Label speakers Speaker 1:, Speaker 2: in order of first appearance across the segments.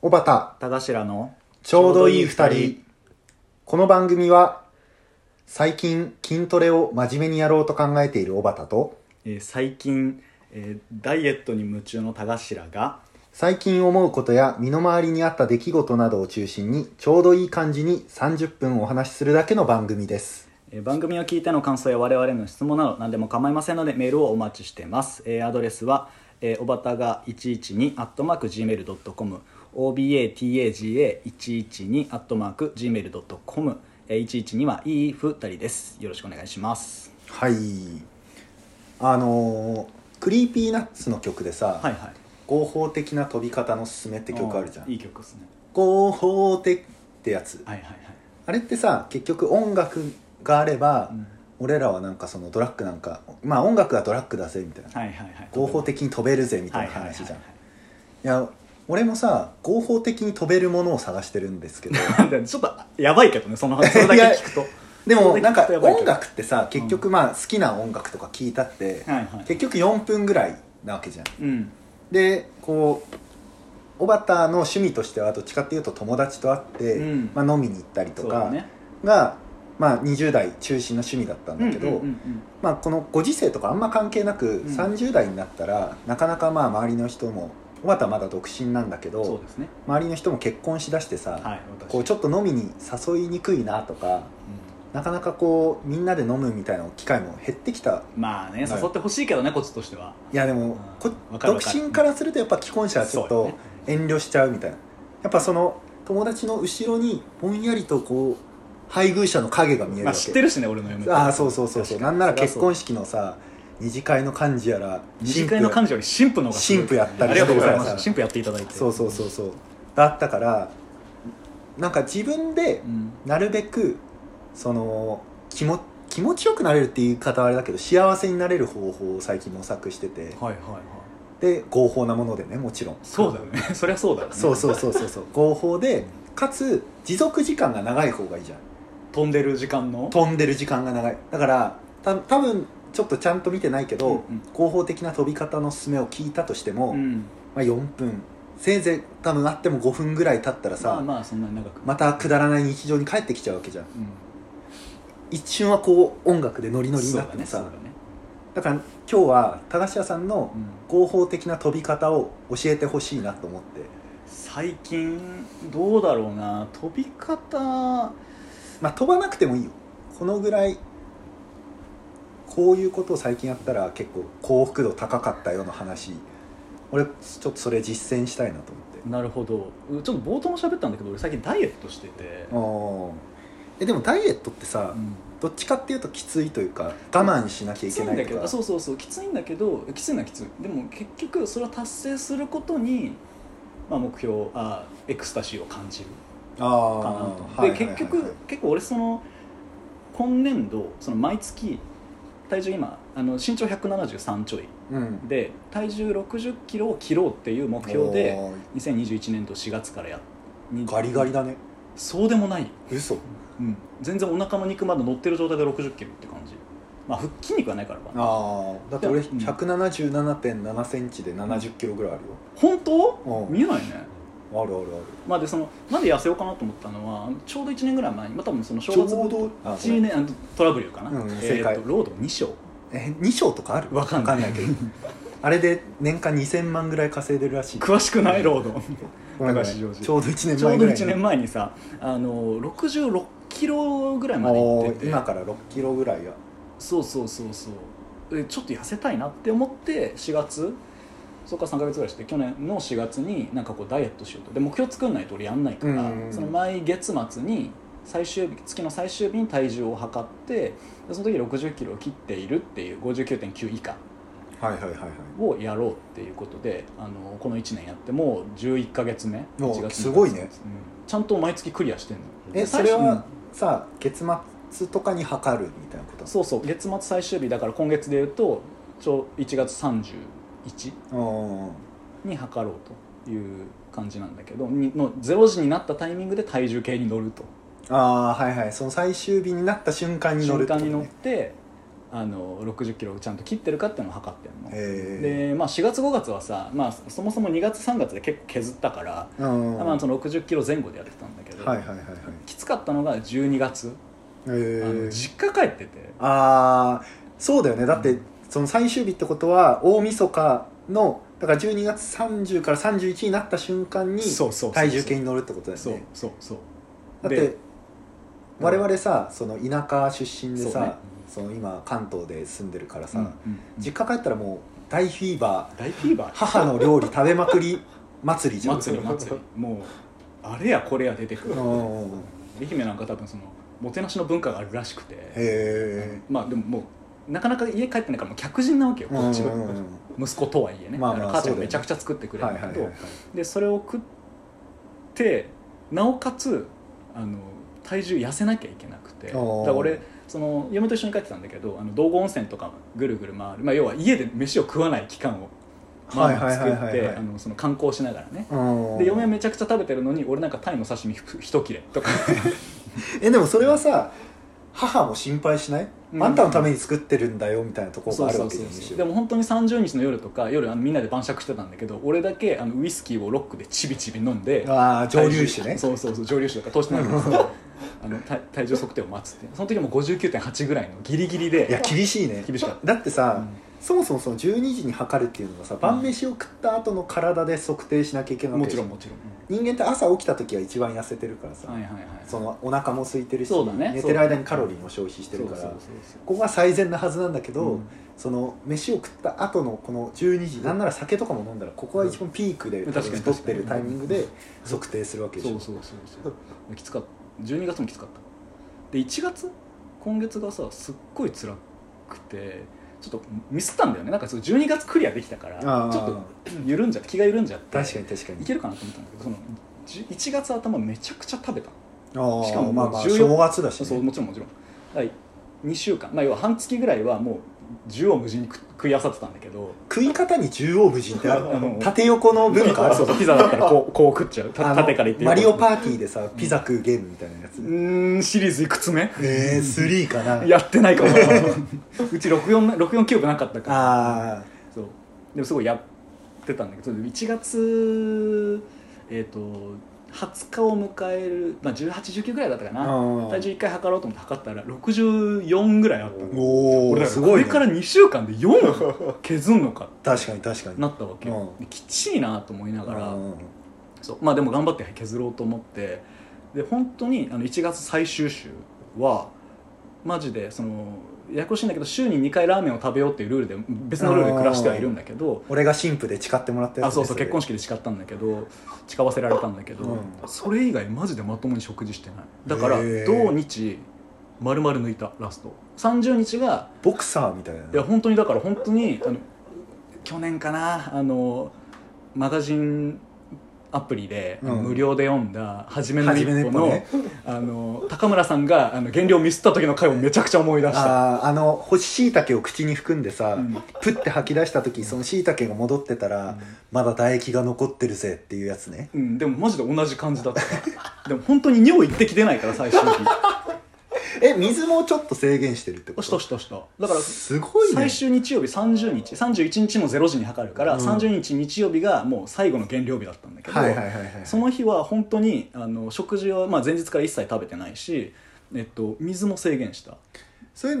Speaker 1: 小畑
Speaker 2: 田頭の
Speaker 1: ちょうどいい二人この番組は最近筋トレを真面目にやろうと考えている小畑と
Speaker 2: えー最近、えーダイエットに夢中の田頭が
Speaker 1: 最近思うことや身の回りにあった出来事などを中心にちょうどいい感じに30分お話しするだけの番組です
Speaker 2: えー番組を聞いての感想や我々への質問など何でも構いませんのでメールをお待ちしてます、えーアドレスは、えー、おばたが112 gmail.com obataga112 gmail.com えー112はいい2人ですよろしくお願いします
Speaker 1: はいあのークリーピーナッツの曲でさ、
Speaker 2: はいはい
Speaker 1: 合法的な飛び方のすすめって曲あるじゃ
Speaker 2: い
Speaker 1: ん
Speaker 2: い曲ですね
Speaker 1: 合法的ってやつ
Speaker 2: はいはいはい
Speaker 1: あれってさ結局音楽があれば、
Speaker 2: うん
Speaker 1: 俺らはなんかそのドラッグなんかまあ音楽はドラッグだぜみたいな、
Speaker 2: はいはいはい
Speaker 1: 合法的に飛べるぜみたいな
Speaker 2: はいはいはい
Speaker 1: 話
Speaker 2: はい
Speaker 1: じゃん、いや俺もさ合法的に飛べるものを探してるんですけど
Speaker 2: ちょっとやばいけどねそ の話それだけ聞くと
Speaker 1: で
Speaker 2: そ
Speaker 1: も
Speaker 2: れ
Speaker 1: なん
Speaker 2: 聞
Speaker 1: か
Speaker 2: くとやばいけ
Speaker 1: 音
Speaker 2: ど
Speaker 1: 楽ってさ結局まあ好きな音楽とか聞いたって、
Speaker 2: はいはい
Speaker 1: 結局4分ぐらいなわけじゃん
Speaker 2: うん
Speaker 1: でこう小畑の趣味としてはどっちかっていうと友達と会って、
Speaker 2: うん
Speaker 1: まあ、飲みに行ったりと
Speaker 2: そうだ
Speaker 1: か
Speaker 2: ね
Speaker 1: が、まあ、20代中心の趣味だったんだけど、
Speaker 2: うんうんうん
Speaker 1: まあ、このご時世とかあんま関係なく、
Speaker 2: ん
Speaker 1: 30代になったらなかなかまあ周りの人も小畑まだ独身なんだけ
Speaker 2: うんそう
Speaker 1: ど
Speaker 2: ですね
Speaker 1: 周りの人も結婚しだしてさ、
Speaker 2: はい私
Speaker 1: こうちょっと飲みに誘いにくいなとかなかなかこうみんなで飲むみたいな機会も減ってきた
Speaker 2: うんまあね
Speaker 1: はい
Speaker 2: 誘ってほしいけどねこっちとしてはい
Speaker 1: やでも
Speaker 2: あー
Speaker 1: こ
Speaker 2: わかる
Speaker 1: 独
Speaker 2: わかる
Speaker 1: 身からするとやっぱ既婚者はちょっ
Speaker 2: そう
Speaker 1: と
Speaker 2: よね
Speaker 1: 遠慮しちゃうみたいなやっぱその友達の後ろにぼんやりとこう配偶者の影が見える
Speaker 2: ま
Speaker 1: わ
Speaker 2: あ
Speaker 1: け
Speaker 2: 知ってるしね俺の嫁
Speaker 1: ああそうそうそうそうなんなら結婚
Speaker 2: 式
Speaker 1: 式のさ二次会の幹事やら
Speaker 2: 二次会の
Speaker 1: 神
Speaker 2: 幹事より新婦の方がすごい
Speaker 1: 神父やったり
Speaker 2: ありがとうござい
Speaker 1: し
Speaker 2: ま
Speaker 1: て
Speaker 2: す
Speaker 1: さ
Speaker 2: 新婦やっていただいて
Speaker 1: 父そうそうそうそうだったからなんか自分で
Speaker 2: うん
Speaker 1: なるべくその気も気持ちよくなれるっていう言い方はあれだけど幸せになれる方法を最近模索してて
Speaker 2: はいはいはい
Speaker 1: で合法なものでねもちろん
Speaker 2: そうだよね そりゃそうだよね
Speaker 1: そうそうそうそうそう合法でかつ持続時間が長い方がいいじゃん
Speaker 2: 飛んでる時間の
Speaker 1: 飛んでる時間が長いだからた多分ちょっとちゃんと見てないけど、
Speaker 2: うんうん
Speaker 1: 合法的な飛び方の勧めを聞いたとしても、
Speaker 2: うん
Speaker 1: まあ、4分せいぜい多分あっても5分ぐらい経ったらさ、
Speaker 2: まあ
Speaker 1: ま
Speaker 2: まあそんなに長く
Speaker 1: たくだらない日常に帰ってきちゃうわけじゃん
Speaker 2: うん
Speaker 1: 一瞬はこう音楽でノリノリに
Speaker 2: そ
Speaker 1: な
Speaker 2: う
Speaker 1: っ
Speaker 2: だ
Speaker 1: て
Speaker 2: ね
Speaker 1: もさ
Speaker 2: そう
Speaker 1: だ,、
Speaker 2: だね
Speaker 1: から今日は高橋さんの
Speaker 2: うん
Speaker 1: 合法的な飛び方を教えてほしいなと思って、
Speaker 2: 最近どうだろうな飛び方
Speaker 1: まあ、飛ばなくてもいいよこのぐらいこういうことを最近やったら結構幸福度高かったよの話俺ちょっとそれ実践したいなと思って
Speaker 2: なるほどうちょっと冒頭も喋ったんだけど俺最近ダイエットしてて、
Speaker 1: おーえでもダイエットってさ、
Speaker 2: うん
Speaker 1: どっちかっていうときついというか我慢しなきゃい
Speaker 2: きつ
Speaker 1: け
Speaker 2: いん
Speaker 1: な
Speaker 2: だ
Speaker 1: い
Speaker 2: け
Speaker 1: と
Speaker 2: ど
Speaker 1: か
Speaker 2: あそうそうそうきついんだけどきついのはきついでも結局それを達成することに、まあ、目標あエクスタシーを感じる
Speaker 1: あ
Speaker 2: かなと
Speaker 1: あ
Speaker 2: で結局結構俺その今年度その毎月体重今あの身長173ちょい
Speaker 1: うん
Speaker 2: で体重6 0キロを切ろうっていう目標で
Speaker 1: おー
Speaker 2: 2021年度4月からやっ
Speaker 1: ガリガリだね
Speaker 2: そうでもない
Speaker 1: 嘘
Speaker 2: うん、全然お腹の肉まだ乗ってる状態で6 0キロって感じまあ腹筋肉はないからか
Speaker 1: ああだって俺
Speaker 2: うん
Speaker 1: 1 7 7 7センチで7 0キロぐらいある
Speaker 2: 本当
Speaker 1: よ、うん、ある
Speaker 2: 見えないね
Speaker 1: あるある
Speaker 2: まあでそのなんで痩せようかなと思ったのはちょうど1年ぐらい前に、まあ、多分その正
Speaker 1: ちょう
Speaker 2: 月
Speaker 1: どあごめ
Speaker 2: 1
Speaker 1: ん
Speaker 2: 年あのトラブル言うかな、
Speaker 1: うん
Speaker 2: えー
Speaker 1: 正解
Speaker 2: とロード2章
Speaker 1: え2章とかある
Speaker 2: わかんない
Speaker 1: わけどあれで年間2000万ぐらい稼いでるらしい
Speaker 2: 詳しくないロー ド
Speaker 1: ごめんごめん
Speaker 2: 高橋常時
Speaker 1: ちょうど1年
Speaker 2: ちょ
Speaker 1: 前
Speaker 2: うど
Speaker 1: ぐらい
Speaker 2: 1年前にさあの66キロぐらいまで行
Speaker 1: お
Speaker 2: って
Speaker 1: ー
Speaker 2: て
Speaker 1: 今から6キロぐらいや
Speaker 2: そうそうそうそうでちょっと痩せたいなって思って4月そっから3か月ぐらいして去年の4月になんかこうダイエットしようとで目標作んないと俺やんないから、
Speaker 1: うん
Speaker 2: その毎月末に最終日月の最終日に体重を測ってでその時6 0キロを切っているっていう59.9以下
Speaker 1: はいはいはいはい
Speaker 2: をやろうっていうことであのこの1年やってもう11か月目
Speaker 1: お
Speaker 2: 1月
Speaker 1: すごいね
Speaker 2: うんちゃんと毎月クリアしてんの
Speaker 1: え
Speaker 2: で
Speaker 1: それ
Speaker 2: 最初
Speaker 1: はさ月末とかに測るみたいなこと
Speaker 2: そうそう月末最終日だから今月でいうとちょ1月31
Speaker 1: うん
Speaker 2: に測ろうという感じなんだけどにの0時になったタイミングで体重計に乗ると
Speaker 1: ああはいはいその最終日になった瞬間に乗る
Speaker 2: 瞬
Speaker 1: ってこ
Speaker 2: 間
Speaker 1: と
Speaker 2: に
Speaker 1: ね
Speaker 2: 乗ってあの60キロをちゃんと切ってるかっていうのを測ってんの、
Speaker 1: へえ
Speaker 2: で、まあ、4月5月はさ、まあ、そもそも2月3月で結構削ったから、
Speaker 1: うん
Speaker 2: まあ、その60キロ前後でやってたんだけど、
Speaker 1: はいはいはいはい
Speaker 2: きつかったのが12月、あの
Speaker 1: へえ
Speaker 2: 実家帰ってて
Speaker 1: ああそうだよねだって、
Speaker 2: うん
Speaker 1: その最終日ってことは大晦日のだから12月30から31になった瞬間に
Speaker 2: そうそうそうそう
Speaker 1: 体重計に乗るってことだよね
Speaker 2: そうそうそう
Speaker 1: だっ
Speaker 2: で
Speaker 1: て我々さその田舎出身で
Speaker 2: そうね
Speaker 1: さそ、の今関東で住んでるからさ、
Speaker 2: うんうんうん
Speaker 1: 実家帰ったらもう大フィーバー
Speaker 2: 大フィーバー
Speaker 1: 母の料理食べまくり祭りじゃん
Speaker 2: 祭り祭りもうあれやこれや出てく
Speaker 1: う
Speaker 2: る
Speaker 1: ん
Speaker 2: 愛媛なんか多分そのもてなしの文化があるらしく
Speaker 1: へ
Speaker 2: て
Speaker 1: え
Speaker 2: まあでももうなかなか家帰ってないからもう客人なわけよこっちは息子とはいえね、
Speaker 1: まあまあ
Speaker 2: だから母ちゃん
Speaker 1: そうだよね
Speaker 2: がめちゃくちゃ作ってくれる
Speaker 1: は
Speaker 2: ん
Speaker 1: い
Speaker 2: だ
Speaker 1: はい
Speaker 2: け
Speaker 1: はい
Speaker 2: どでそれを食ってなおかつあの体重痩せなきゃいけなくてだか
Speaker 1: おー
Speaker 2: ら俺その嫁と一緒に帰ってたんだけどあの道後温泉とかぐるぐる回る、まあ、要は家で飯を食わない期間をまあまあ作ってあのその観光しながらね
Speaker 1: うん
Speaker 2: で嫁はめちゃくちゃ食べてるのに俺なんかタイの刺身ふ一切れ とか
Speaker 1: えでもそれはさ母も心配しない、
Speaker 2: うん
Speaker 1: あんたのために作ってるんだよみたいなところ
Speaker 2: そ
Speaker 1: があ
Speaker 2: う
Speaker 1: る
Speaker 2: そ
Speaker 1: わ
Speaker 2: う
Speaker 1: け
Speaker 2: そ
Speaker 1: じ
Speaker 2: う
Speaker 1: ゃんむし
Speaker 2: で
Speaker 1: ろ
Speaker 2: も本当に30日の夜とか夜あのみんなで晩酌してたんだけど俺だけあのウイスキーをロックでちびちび飲んで
Speaker 1: ああ蒸留酒ね
Speaker 2: そうそうそう蒸留酒とか糖質なんです けどあの体体重測定を待つってその時も59.8ぐらいのギリギリで
Speaker 1: いや厳しいね
Speaker 2: 厳しかっ
Speaker 1: だってさ、
Speaker 2: うん
Speaker 1: そもそもその12時に測るっていうのがさ晩飯を食った後の体で測定しなきゃいけないわ
Speaker 2: も
Speaker 1: け
Speaker 2: ち
Speaker 1: じゃ
Speaker 2: ろ
Speaker 1: ん
Speaker 2: んもちろ
Speaker 1: 人
Speaker 2: ん、
Speaker 1: 間って朝起きた時は一番痩せてるからさ、
Speaker 2: はいはいはい
Speaker 1: そのお腹も空いてるし、
Speaker 2: そうだね
Speaker 1: 寝てる間にカロリーも消費して
Speaker 2: そ
Speaker 1: る
Speaker 2: う
Speaker 1: か
Speaker 2: そう
Speaker 1: ら
Speaker 2: そう
Speaker 1: ここが最善なはずなんだけど、
Speaker 2: そう、
Speaker 1: その飯を食った後のこの12時なんなら酒とかも飲んだらここが一番ピークで
Speaker 2: うん
Speaker 1: 多分
Speaker 2: 確かに
Speaker 1: 太ってる
Speaker 2: 確
Speaker 1: タ
Speaker 2: か
Speaker 1: イ
Speaker 2: に
Speaker 1: ミングで測定するわけでし
Speaker 2: そう
Speaker 1: ょ
Speaker 2: そうそうそうきつかった12月もきつかったで1月今月がさすっごい辛くてちょっとミスったんだよねなんかそう12月クリアできたからち
Speaker 1: あ
Speaker 2: ょ
Speaker 1: ー
Speaker 2: っと緩んじゃって気が緩んじゃって
Speaker 1: 確かに確か
Speaker 2: い
Speaker 1: に
Speaker 2: けるかなと思ったんだけどそのじ1月頭めちゃくちゃ食べた
Speaker 1: ああ
Speaker 2: しかも
Speaker 1: まあまあ
Speaker 2: 14
Speaker 1: 正月だし、ね、
Speaker 2: そうもちろんもちろんはい2週間まあ要は半月ぐらいはもう縦横無尽に食食いあさってたんだけど
Speaker 1: 食い方に縦横無尽ってある
Speaker 2: あの
Speaker 1: 縦横の文化ある
Speaker 2: そうそうピザだったらこうこう食っちゃ
Speaker 1: あ
Speaker 2: うた
Speaker 1: の
Speaker 2: 縦からいって
Speaker 1: マリオパ
Speaker 2: ー
Speaker 1: ーティーでさピザ食うゲームみたいなやつ、
Speaker 2: うーんシリーズいくつ目
Speaker 1: えー、3かな
Speaker 2: やってないかも うち64 64キューブなかったから
Speaker 1: ああ
Speaker 2: そうでもすごいやってたんだけど1月えっ、と20日を迎える、まあ、1819ぐらいだったかな
Speaker 1: うん
Speaker 2: 体重1回測ろうと思って測ったら64ぐらいあったの
Speaker 1: お
Speaker 2: 俺
Speaker 1: お
Speaker 2: ら
Speaker 1: すごい、ね、
Speaker 2: これから2週間で4削んのか
Speaker 1: 確かに確かに
Speaker 2: なったわけよ、
Speaker 1: う
Speaker 2: できっちりなと思いながら、
Speaker 1: うん
Speaker 2: そうまあでも頑張って削ろうと思ってで本当にあの1月最終週はマジでそのややこしいんだけど週に2回ラーメンを食べようっていうルールで別のルールで暮らしてはいるんだけど
Speaker 1: 俺が新婦で誓ってもらったやつ、
Speaker 2: あそうそう結婚
Speaker 1: 式
Speaker 2: 式で誓ったんだけど誓わせられたんだけど、
Speaker 1: うん
Speaker 2: それ以外マジでまともに食事してないだから
Speaker 1: へー
Speaker 2: 土日丸々抜いたラスト30日が
Speaker 1: ボクサーみたいない
Speaker 2: や本当にだから本当にあの去年かなあのマガジンアプリで、
Speaker 1: うん
Speaker 2: 無料で読んだ「はじめの
Speaker 1: 初
Speaker 2: 一
Speaker 1: めの一歩
Speaker 2: 歩の」
Speaker 1: ね
Speaker 2: あの高村さんがあの減量ミスった時の回をめちゃくちゃ思い出した。
Speaker 1: あーあの干し椎茸を口に含んでさ、
Speaker 2: うん
Speaker 1: プッて吐き出した時その椎茸が戻ってたら、まだ唾液が残ってるぜっていうやつね
Speaker 2: うん、でもマジで同じ感じだった でも本当に尿一滴出ないから最終日
Speaker 1: え水もちょっと制限してるってこ
Speaker 2: お
Speaker 1: と
Speaker 2: したしたしただから
Speaker 1: すごいね
Speaker 2: 最終日曜日30日31日の0時に測るか
Speaker 1: う
Speaker 2: ら、
Speaker 1: ん
Speaker 2: 30日日曜日がもう最後の減量日だったんだけど、
Speaker 1: はいはいはいはい
Speaker 2: その日は本当にあの食事は、まあ、前日から一切食べてないし、えっと、水も制限した、
Speaker 1: それ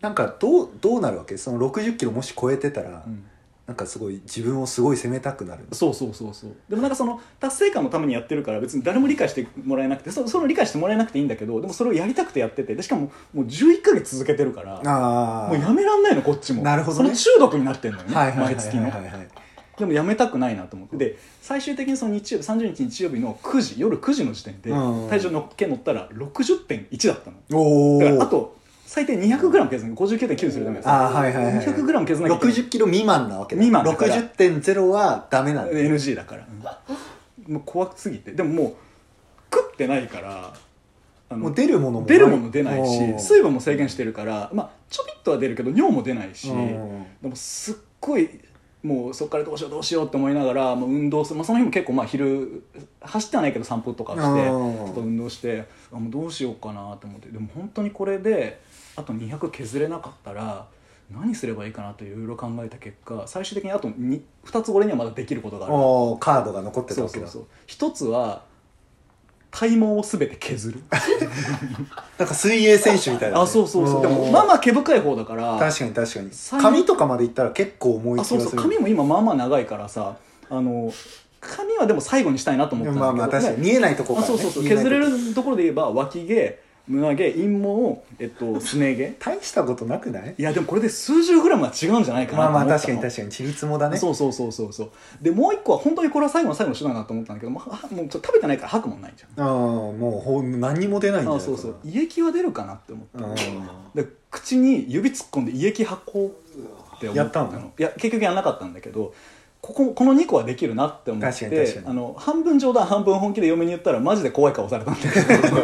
Speaker 1: なんかどうどうなるわけその6 0キロもし超えてたら、
Speaker 2: うん
Speaker 1: なんかすごい自分をすごい責めたくなる
Speaker 2: そうそうそうそうでもなんかその達成感のためにやってるから別に誰も理解してもらえなくてそその理解してもらえなくていいんだけどでもそれをやりたくてやっててでしかももう11ヶ月続けてるから
Speaker 1: ああ
Speaker 2: もうやめらんないのこっちも
Speaker 1: なるほどね
Speaker 2: その中毒になってんのよね、
Speaker 1: はいはいはい
Speaker 2: 毎
Speaker 1: は
Speaker 2: 月
Speaker 1: い
Speaker 2: の
Speaker 1: はいはい
Speaker 2: でもやめたくないなと思ってで最終的にその日曜日30日日曜日の9時夜9時の時点で
Speaker 1: うん
Speaker 2: 体重の計乗ったら60.1だったの
Speaker 1: お
Speaker 2: だから
Speaker 1: お
Speaker 2: あと最低 200g 削る59.9するためです
Speaker 1: あーはいはいはい
Speaker 2: 200g 削らなきゃいけ
Speaker 1: 60キロ未満なわけだ
Speaker 2: 未満だから
Speaker 1: 60.0はダメなんだ
Speaker 2: ない NG だから、もう怖すぎてでももう食ってないからあの
Speaker 1: もう出るものも
Speaker 2: 出るもの出ないし
Speaker 1: おー
Speaker 2: 水分も制限してるからまあちょびっとは出るけど尿も出ないし
Speaker 1: うん
Speaker 2: でもすっごいもうそこからどうしようどうしようって思いながらもう運動する、まあ、その日も結構まあ昼走ってはないけど散歩とかしてち
Speaker 1: う
Speaker 2: ょ
Speaker 1: ん
Speaker 2: っと運動してあもうどうしようかなと思ってでも本当にこれであと200削れなかったら何すればいいかなといろいろ考えた結果最終的にあと 2, 2つ俺にはまだできることがある
Speaker 1: おーカードが残ってた
Speaker 2: そう
Speaker 1: わけ
Speaker 2: そう
Speaker 1: だ
Speaker 2: そう一つは体毛を全て 削る
Speaker 1: なんか水泳選手みたいなね、
Speaker 2: あそうそうそうでもまあまあ毛深い方だから
Speaker 1: 確かに確かに
Speaker 2: 最後
Speaker 1: 髪とかまでいったら結構重い気
Speaker 2: あ
Speaker 1: がす
Speaker 2: そう
Speaker 1: る
Speaker 2: そう髪も今まあまあ長いからさあの髪はでも最後にしたいなと思っ
Speaker 1: で
Speaker 2: たん
Speaker 1: も
Speaker 2: だけ
Speaker 1: まあ
Speaker 2: ど、
Speaker 1: まあ確かに
Speaker 2: ね
Speaker 1: 見えないとこか
Speaker 2: あ
Speaker 1: ら、ね、
Speaker 2: そうそうそう
Speaker 1: 見えない
Speaker 2: 削
Speaker 1: とこ
Speaker 2: れるところで言えば脇毛胸毛陰毛を、えっと、すね毛
Speaker 1: 大したことなくない
Speaker 2: いやでもこれで数十グラムは違うんじゃないかな
Speaker 1: ま
Speaker 2: と
Speaker 1: あ
Speaker 2: 思
Speaker 1: ま
Speaker 2: った
Speaker 1: あ
Speaker 2: の
Speaker 1: 確かに確かにちりつもだね
Speaker 2: そうそうそうそうそうでもう一個は本当にこれは最後の最後の手段だと思ったんだけど、まあ、もうちょっと食べてないから吐くもんないじゃん
Speaker 1: ああもうほん何にも出ないんじゃ
Speaker 2: あ
Speaker 1: ないか
Speaker 2: そ
Speaker 1: な
Speaker 2: うそう胃液は出るかなって思って
Speaker 1: う
Speaker 2: で口に指突っ込んで胃液発酵って思
Speaker 1: やったの
Speaker 2: いや結局やらなかったんだけどこここの2個はできるなって思っ
Speaker 1: 確かに確か
Speaker 2: て
Speaker 1: に
Speaker 2: あの半分冗談半分本気で嫁に言ったらマジで怖い顔されたんだけど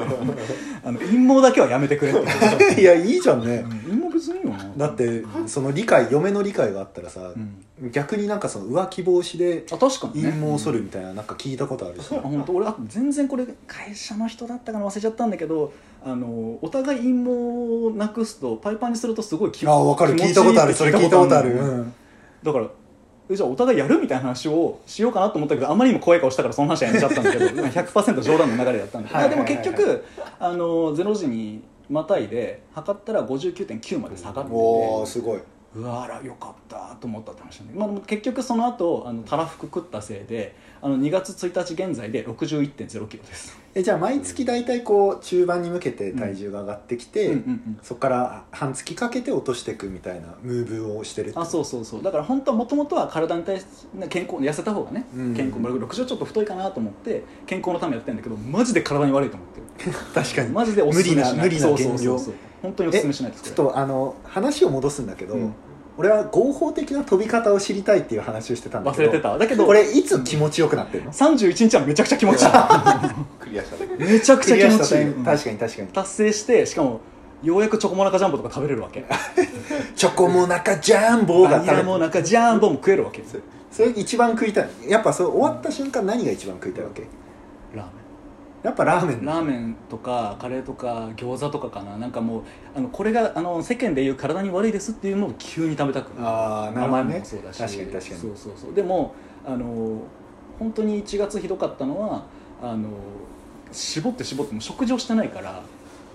Speaker 2: あの陰謀だけはやめてくれって言われた
Speaker 1: いやいいじゃんね
Speaker 2: うん、陰謀別にいいよな
Speaker 1: だってその理解嫁の理解があったらさ
Speaker 2: う、ん
Speaker 1: 逆になんかその浮気防止で
Speaker 2: あ確かに、ね、
Speaker 1: 陰謀を剃るみたいななんか聞いたことあるし、
Speaker 2: あ本当俺あと全然これ会社の人だったかな忘れちゃったんだけどあのお互い陰謀をなくすとパイパンにするとすごい気
Speaker 1: ああ分かる
Speaker 2: 気持ち
Speaker 1: 聞いたことある
Speaker 2: って
Speaker 1: それ聞いたことある、
Speaker 2: の
Speaker 1: うん
Speaker 2: だからえじゃあお互いやるみたいな話をしようかなと思ったけどあまりにも怖い顔したからその話はやめちゃったんだけど 今100%冗談の流れだったんだけど
Speaker 1: はい
Speaker 2: や
Speaker 1: は
Speaker 2: で
Speaker 1: いは
Speaker 2: も
Speaker 1: い
Speaker 2: 結局あの0時にまたいで測ったら59.9まで下がってて
Speaker 1: おおすごいう
Speaker 2: わあらよかったと思ったって話なんだけど、まあ、でも結局その後あのたらふく食ったせいであの2月1日現在で61.0キロです、
Speaker 1: えじゃあ毎月大体こう中盤に向けて体重が上がってきて、
Speaker 2: うんうんうん
Speaker 1: そこから半月かけて落としていくみたいなムーブをしてるって
Speaker 2: あそうそうそうだから本当はもともとは体に対して健康痩せた方がね、
Speaker 1: うん
Speaker 2: 健康60ちょっと太いかなと思って健康のためやってんだけどマジで体に悪いと思ってる
Speaker 1: 確かに
Speaker 2: マジでおすすめしな
Speaker 1: 無
Speaker 2: い
Speaker 1: 理な無理な減量
Speaker 2: そうそうそうそう本当におすすめしないです
Speaker 1: ちょっ
Speaker 2: こと
Speaker 1: あの話を戻すんだけど、
Speaker 2: うん
Speaker 1: 俺は合法的な飛び方を知りたいっていう話をしてた
Speaker 2: れ
Speaker 1: んだ
Speaker 2: 忘
Speaker 1: けど
Speaker 2: れてただけど
Speaker 1: これいつ気持ちよくなってるの、
Speaker 2: 31日はめちゃくちゃ気持 ちいい
Speaker 3: クリアしただけ
Speaker 2: めちゃくちゃ
Speaker 1: ク
Speaker 2: 気
Speaker 1: リア
Speaker 2: 持
Speaker 1: した
Speaker 2: ちいい、
Speaker 1: ね
Speaker 2: うん
Speaker 1: 確かに確かに
Speaker 2: 達成してしかもようやくチョコモナカジャンボとか食べれるわ け
Speaker 1: チョコモナカジャンボが
Speaker 2: バニ
Speaker 1: 食べ
Speaker 2: ラもなんかジャンボも食えるわけ
Speaker 1: そそれ一番食いたいやっぱそう終わった瞬間何が一番食いたいわけ
Speaker 2: ラーメ
Speaker 1: やっぱラーメン
Speaker 2: ンラーメンとかカレーとか餃子とかかななんかもうあのこれがあの世間でいう体に悪いですっていうのを急に食べたくなる
Speaker 1: ああなるほど
Speaker 2: 甘いもの
Speaker 1: ね
Speaker 2: もそうだし
Speaker 1: 確かに確かに
Speaker 2: そうそうそうでもあの本当に1月ひどかったのはあの絞って絞ってもう食事をしてないから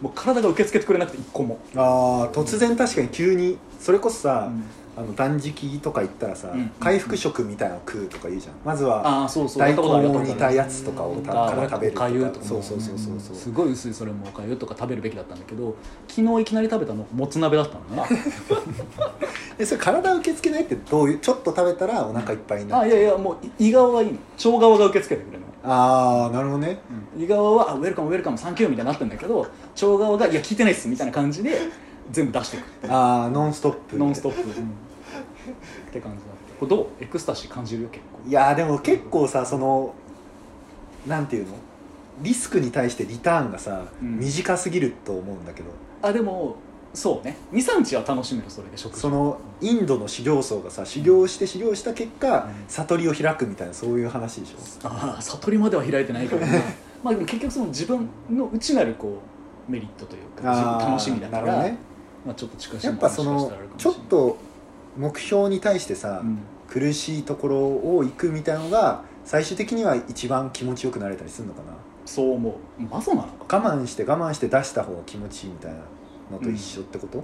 Speaker 2: もう体が受け付けてくれなくて一個も、
Speaker 1: ああ突然確かに急にそれこそさ、
Speaker 2: うん
Speaker 1: あの断食とか行ったらさ、
Speaker 2: うん
Speaker 1: 回復食みたいなの食うとか言うじゃんまずは
Speaker 2: ああそうそう
Speaker 1: 大根
Speaker 2: やった
Speaker 1: を
Speaker 2: ことある
Speaker 1: 煮たやつとかを
Speaker 2: と
Speaker 1: た
Speaker 2: か
Speaker 1: から食べると
Speaker 2: おかゆと
Speaker 1: か
Speaker 2: か
Speaker 1: そうそうそうそう
Speaker 2: す
Speaker 1: そう
Speaker 2: ごい薄いそれもおかゆとか食べるべきだったんだけど昨日いきなり食べたのもつ鍋だったのね
Speaker 1: えそれ体受け付けないってどういうちょっと食べたらお腹いっぱいにな
Speaker 2: あ
Speaker 1: る
Speaker 2: いやいやもう胃側はいいの腸側が受け付けてくれない
Speaker 1: ああなるほどね
Speaker 2: 胃側はあウェルカムウェルカムサンキューみたいになってんだけど腸側がいや聞いてないっすみたいな感じで全部出してくって
Speaker 1: ああノンストップ
Speaker 2: ノンスト ップ、って感じだったこれどうエクスタシー感じるよ結構
Speaker 1: いやーでも結構さそのなんていうのリスクに対してリターンがさ、
Speaker 2: うん
Speaker 1: 短すぎると思うんだけど
Speaker 2: あでもそうね23日は楽しめるそれで食事
Speaker 1: そのインドの修行僧がさ修行して修行した結果、
Speaker 2: うん
Speaker 1: 悟りを開くみたいなそういう話でしょ
Speaker 2: ああ悟りまでは開いてないけど なまあでも結局その自分の内なるこうメリットというか自
Speaker 1: あ
Speaker 2: 分
Speaker 1: ー
Speaker 2: 楽しみだか
Speaker 1: なるほ
Speaker 2: ら、
Speaker 1: どね
Speaker 2: まあ、ちょっと近しい
Speaker 1: やっぱそのちょっと目標に対してさ、
Speaker 2: うん
Speaker 1: 苦しいところを行くみたいなのが最終的には一番気持ちよくなれたりするのかな
Speaker 2: そう思うマゾなのか
Speaker 1: 我慢して我慢して出した方が気持ちいいみたいなのと一緒ってこと、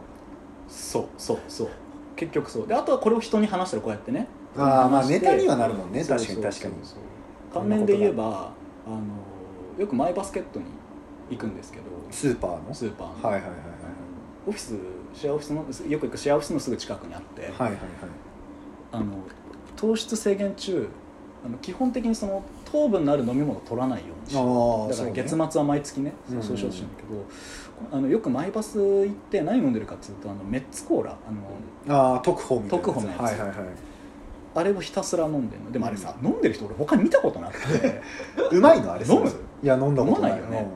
Speaker 2: そうそうそう結局そうであとはこれを人に話したらこうやってね
Speaker 1: ああまあ
Speaker 2: 話し
Speaker 1: ネ
Speaker 2: て
Speaker 1: タにはなるもんね
Speaker 2: そう
Speaker 1: 確
Speaker 2: そ
Speaker 1: か
Speaker 2: う
Speaker 1: に確かに
Speaker 2: そうそう関連で言えばあのよくマイバスケットに行くんですけど
Speaker 1: スーパーの
Speaker 2: スーパーの、
Speaker 1: はいはいはい
Speaker 2: オフィスシェアオフィスのよく行くシェアオフィスのすぐ近くにあって、
Speaker 1: はいはいはい
Speaker 2: あの糖質制限中あの基本的にその糖分のある飲み物を取らないようにして
Speaker 1: ああ
Speaker 2: だから月
Speaker 1: そうね
Speaker 2: 末は毎月ね
Speaker 1: うん
Speaker 2: そうしようとしてるんだけど、あのよくマイバス行って何飲んでるかっていうとあのメッツコーラあの
Speaker 1: ああ特報みたいな
Speaker 2: 特報のやつ
Speaker 1: はいはいはい
Speaker 2: あれをひたすら飲んでるのでもあれさ、飲んでる人俺他に見たことな くて
Speaker 1: うまいのあれ
Speaker 2: 飲む
Speaker 1: そうそういや飲んだことない
Speaker 2: 飲まないよ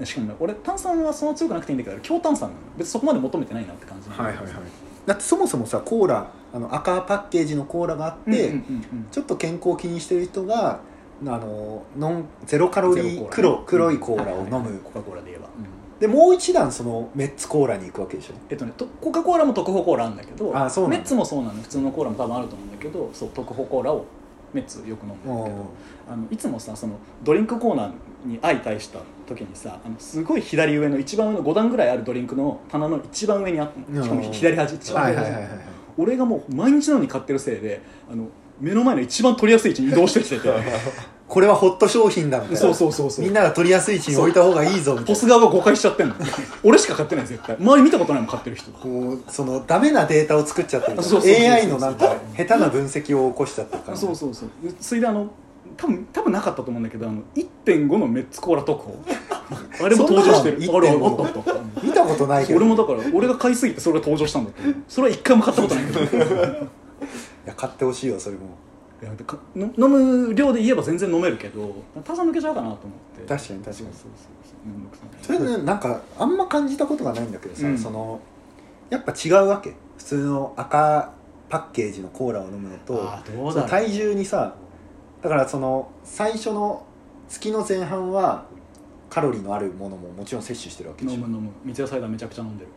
Speaker 2: ねしかもね俺炭酸はそんな強くなくていいんだけど強炭酸なの別にそこまで求めてないなって感じ
Speaker 1: う
Speaker 2: なんんだ
Speaker 1: はい
Speaker 2: け
Speaker 1: はい
Speaker 2: ど
Speaker 1: はいだってそもそもさコーラあの赤パッケージのコーラがあって、
Speaker 2: うんうんうんうん
Speaker 1: ちょっと健康を気にしてる人があのノンゼロカロリ
Speaker 2: ゼロ
Speaker 1: ー
Speaker 2: コーラ
Speaker 1: 黒黒いコーラを飲む、
Speaker 2: はいはいはいコカ・コーラで言えば、うん
Speaker 1: でもう一段そのメッツコーラに行くわけでしょ
Speaker 2: えっとね、とコカ・コーラも特保コーラあるんだけど
Speaker 1: あそうなんだ
Speaker 2: メッツもそうなの普通のコーラも多分あると思うんだけどそう特保コーラをメッツよく飲むんだけ
Speaker 1: うん
Speaker 2: どあのいつもさそのドリンクコーナーに相対した時にさあのすごい左上の一番上の5段ぐらいあるドリンクの棚の一番上にあったのしかも
Speaker 1: うん
Speaker 2: 左端一番
Speaker 1: は
Speaker 2: 上
Speaker 1: い
Speaker 2: に
Speaker 1: はいはいはい
Speaker 2: 俺がもう毎日のように買ってるせいであの目の前の一番取りやすい位置に移動してきてて
Speaker 1: これはホット商品だみたいな
Speaker 2: そうそうそうそう
Speaker 1: みんなが取りやすい位置に置いた方がいいぞみた
Speaker 2: ポ
Speaker 1: い
Speaker 2: ス
Speaker 1: な
Speaker 2: 側が誤解しちゃってんの俺しか買ってない絶対周り見たことないもん買ってる人
Speaker 1: こうそのダメなデータを作っちゃってる
Speaker 2: そうそうそうそう
Speaker 1: AI のなんか下手な分析を起こしちゃってるから、
Speaker 2: そうそうそうそれであの多分多分なかったと思うんだけどあの1.5のメッツコーラ 特報あれも登場してる
Speaker 1: そんなの
Speaker 2: あれあったあった
Speaker 1: 見たことないけど
Speaker 2: 俺もだから俺が買いすぎてそれが登場したんだってそれは一回も買ったことないけ どい
Speaker 1: いや買ってほしいよそれも
Speaker 2: やでかの飲む量で言えば全然飲めるけど他さ抜けちゃうかなと思って
Speaker 1: 確かに確かに
Speaker 2: そうそうそうめんどくさい
Speaker 1: それねなんかあんま感じたことがないんだけどさ、
Speaker 2: うん
Speaker 1: そのやっぱ違うわけ普通の赤パッケージのコーラを飲むのと
Speaker 2: あーどう
Speaker 1: そ
Speaker 2: だろ
Speaker 1: の
Speaker 2: う
Speaker 1: 体重にさだからその最初の月の前半はカロリーのあるものももちろん摂取してるわけでし
Speaker 2: 飲
Speaker 1: ょ
Speaker 2: む飲む三ツ矢サイダーめちゃくちゃ飲んでる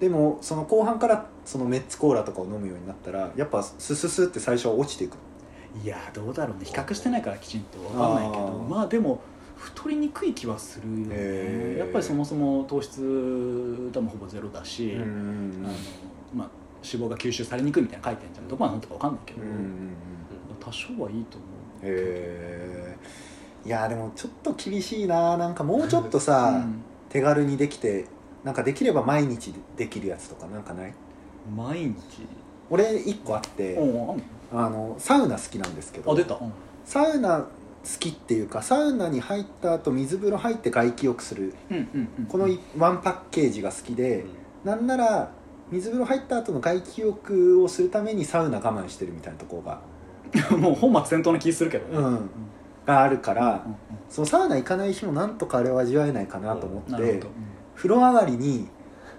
Speaker 1: でもその後半からそのメッツコーラとかを飲むようになったらやっぱスススって最初は落ちていく
Speaker 2: いやどうだろうね比較してないからきちんとわかんないけど
Speaker 1: あー
Speaker 2: まあでも太りにくい気はするよ
Speaker 1: へ
Speaker 2: ね
Speaker 1: ー
Speaker 2: やっぱりそもそも糖質多分ほぼゼロだし、
Speaker 1: うんうん
Speaker 2: あのまあ、脂肪が吸収されにくいみたいな書いてんじゃんどこまでなんとかわかんないけ
Speaker 1: うんう
Speaker 2: ど、
Speaker 1: んうん
Speaker 2: 多少はいいと思う
Speaker 1: へえいやでもちょっと厳しいななんかもうちょっとさ、
Speaker 2: うん
Speaker 1: 手軽にできてなんかできれば毎日できるやつとかなんかない
Speaker 2: 毎日
Speaker 1: 俺1個あって、
Speaker 2: うんあんの
Speaker 1: あのサウナ好きなんですけど
Speaker 2: あ出た、うん
Speaker 1: サウナ好きっていうかサウナに入った後水風呂入って外気浴する
Speaker 2: うんうんうん、
Speaker 1: このいワンパッケージが好きで、なんなら水風呂入った後の外気浴をするためにサウナ我慢してるみたいなところが、
Speaker 2: もう本末転倒な気するけどね、
Speaker 1: うん
Speaker 2: うん
Speaker 1: があるから、
Speaker 2: うん
Speaker 1: そのサウナ行かない日もなんとかあれを味わえないかなと思
Speaker 2: な
Speaker 1: って、
Speaker 2: るほど、
Speaker 1: 風呂上がりに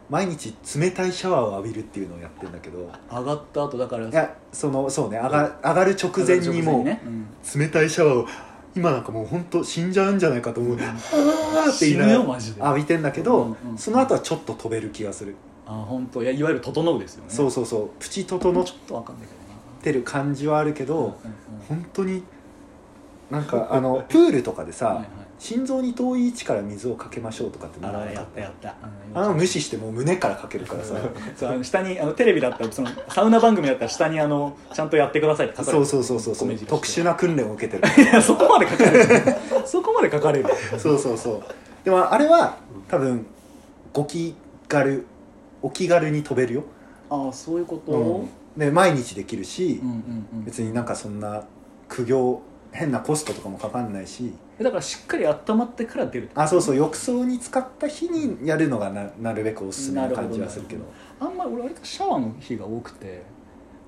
Speaker 1: 毎日冷たいシャワーを浴びるっていうのをやってんだけど
Speaker 2: 上がった後だから
Speaker 1: いやそのそうね上が上がる直前にも
Speaker 2: 直前ねうん
Speaker 1: う冷たいシャワーを今なんかもう本当死んじゃうんじゃないかと思う、ああって言
Speaker 2: 死
Speaker 1: いな
Speaker 2: ぬ
Speaker 1: が
Speaker 2: よ
Speaker 1: ら
Speaker 2: マジであ
Speaker 1: 浴びてんだけど、
Speaker 2: うんうん
Speaker 1: その後はちょっと飛べる気がする、
Speaker 2: 本当いやいわゆる整うですよね
Speaker 1: そううそうそうプチ整っ
Speaker 2: ちょっとわかんないけ
Speaker 1: て
Speaker 2: ど
Speaker 1: る感じはあるけど、
Speaker 2: なうんうんうん
Speaker 1: 本当になんかあのプールとかでさ、
Speaker 2: はいはい
Speaker 1: 心臓に遠い位置から水をかけましょうとかって
Speaker 2: あ
Speaker 1: 習わ
Speaker 2: ら
Speaker 1: なか
Speaker 2: や
Speaker 1: っ
Speaker 2: っ
Speaker 1: た
Speaker 2: やったたうん
Speaker 1: あの無視してもう胸からかけるからさ
Speaker 2: そうあの下にあのテレビだったらそのサウナ番組だったら下にあのちゃんとやってくださいって書かれ
Speaker 1: そ
Speaker 2: る
Speaker 1: うそうそうそうそう特殊
Speaker 2: な
Speaker 1: な訓練を受けてる
Speaker 2: そこまで書かれるそこまで書かれる
Speaker 1: そうそうそうでもあれは多分ご気軽お気軽に飛べるよ、
Speaker 2: ああそういうこと
Speaker 1: うんで毎日できるし、
Speaker 2: うんうんうん
Speaker 1: 別になんかそんな苦行変なコストとかもかかんないし
Speaker 2: だからしっかり温まってから出る
Speaker 1: あそうそう浴槽に使った日にやるのがななるべくおすすめな感じはするけど
Speaker 2: なあんまり俺割とシャワーの日が多くて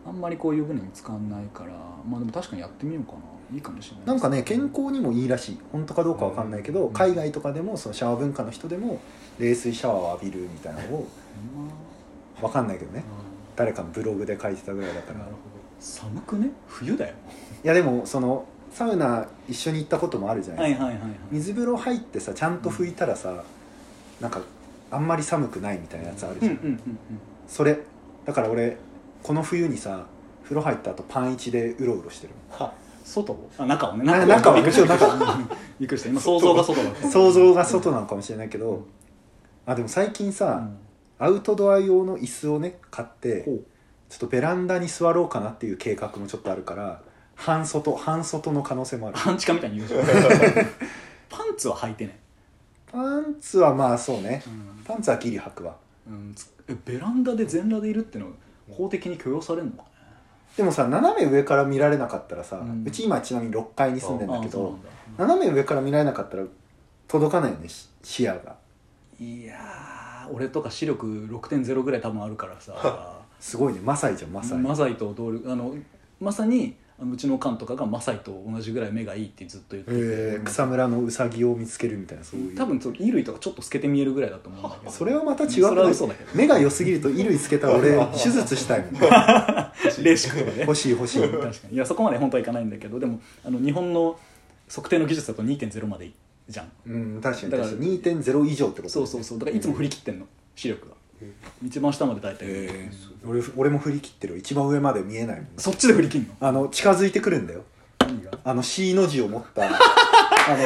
Speaker 2: あんまりこういう船に使わないからまあでも確かにやってみようかないいかもしれない
Speaker 1: なんかね健康にもいいらしい本当かどうかわかんないけど、
Speaker 2: うん
Speaker 1: 海外とかでもそのシャワー文化の人でも冷水シャワーを浴びるみたいなのをわかんないけどね誰かのブログで書いてたぐらいだか
Speaker 2: なる
Speaker 1: ら
Speaker 2: ほど寒くね冬だよ
Speaker 1: いやでもそのサウナ一緒に行ったこともあるじゃな
Speaker 2: はいい
Speaker 1: ですか、
Speaker 2: はいはいはい
Speaker 1: 水風呂入ってさちゃんと拭いたらさ、なんかあんまり寒くないみたいなやつある
Speaker 2: う
Speaker 1: じ
Speaker 2: ん
Speaker 1: ゃ、
Speaker 2: うんんうん
Speaker 1: それだから俺この冬にさ風呂入った後パン一でうろうろしてる
Speaker 2: うん外をあ中をね
Speaker 1: あ中
Speaker 2: 中を
Speaker 1: を
Speaker 2: びっくりした
Speaker 1: 中
Speaker 2: びっくりした今想像が外だった
Speaker 1: 想像が外なのかもしれないけど、あでも最近
Speaker 2: う
Speaker 1: さ、
Speaker 2: ん
Speaker 1: アウトドア用の椅子をね買って
Speaker 2: ほう
Speaker 1: ちょっとベランダに座ろうかなっていう計画もちょっとあるから半外半外の可能性もある
Speaker 2: パンチカみたいに言うじゃんパンツは履いてね、
Speaker 1: パンツはまあそうね
Speaker 2: うん
Speaker 1: パンツはギリ履くわ
Speaker 2: うんつえベランダで全裸でいるってのは法的に許容されるのかね
Speaker 1: でもさ斜め上から見られなかったらさ、う
Speaker 2: うん
Speaker 1: ち今ちなみに6階に住んでんだけ
Speaker 2: あそうな
Speaker 1: ど
Speaker 2: んだ
Speaker 1: 斜め上から見られなかったら届かないよねし視野が
Speaker 2: いやー俺とか視力6.0ぐらい多分あるからさ
Speaker 1: すごいねマサイじゃんマサイ
Speaker 2: マサイと同力あのまさにあのうちのおかんとかがマサイと同じぐらい目がいいってずっと言ってて、
Speaker 1: えー草むらのウサギを見つけるみたいなそういう
Speaker 2: 多分その衣類とかちょっと透けて見えるぐらいだと思うんだけど
Speaker 1: それはまた違
Speaker 2: そ
Speaker 1: か
Speaker 2: うれは
Speaker 1: ら
Speaker 2: 嘘だけど
Speaker 1: 目が良すぎると衣類つけたら俺手術したいもん手
Speaker 2: ねレーシックとかね
Speaker 1: 欲しい欲しい
Speaker 2: 確かにいやそこまで本当はいかないんだけどでもあの日本の測定の技術だと2.0までいいじゃん
Speaker 1: うん確かに
Speaker 2: だから
Speaker 1: 確かに2.0以上ってことだよね
Speaker 2: そうそうそうだからいつも振り切ってんの視力が一番下まで大体、
Speaker 1: えー俺俺も振り切ってる一番上まで見えないもん
Speaker 2: そっちで振り切んの
Speaker 1: あの近づいてくるんだよ
Speaker 2: 何が
Speaker 1: あの C の字を持ったあ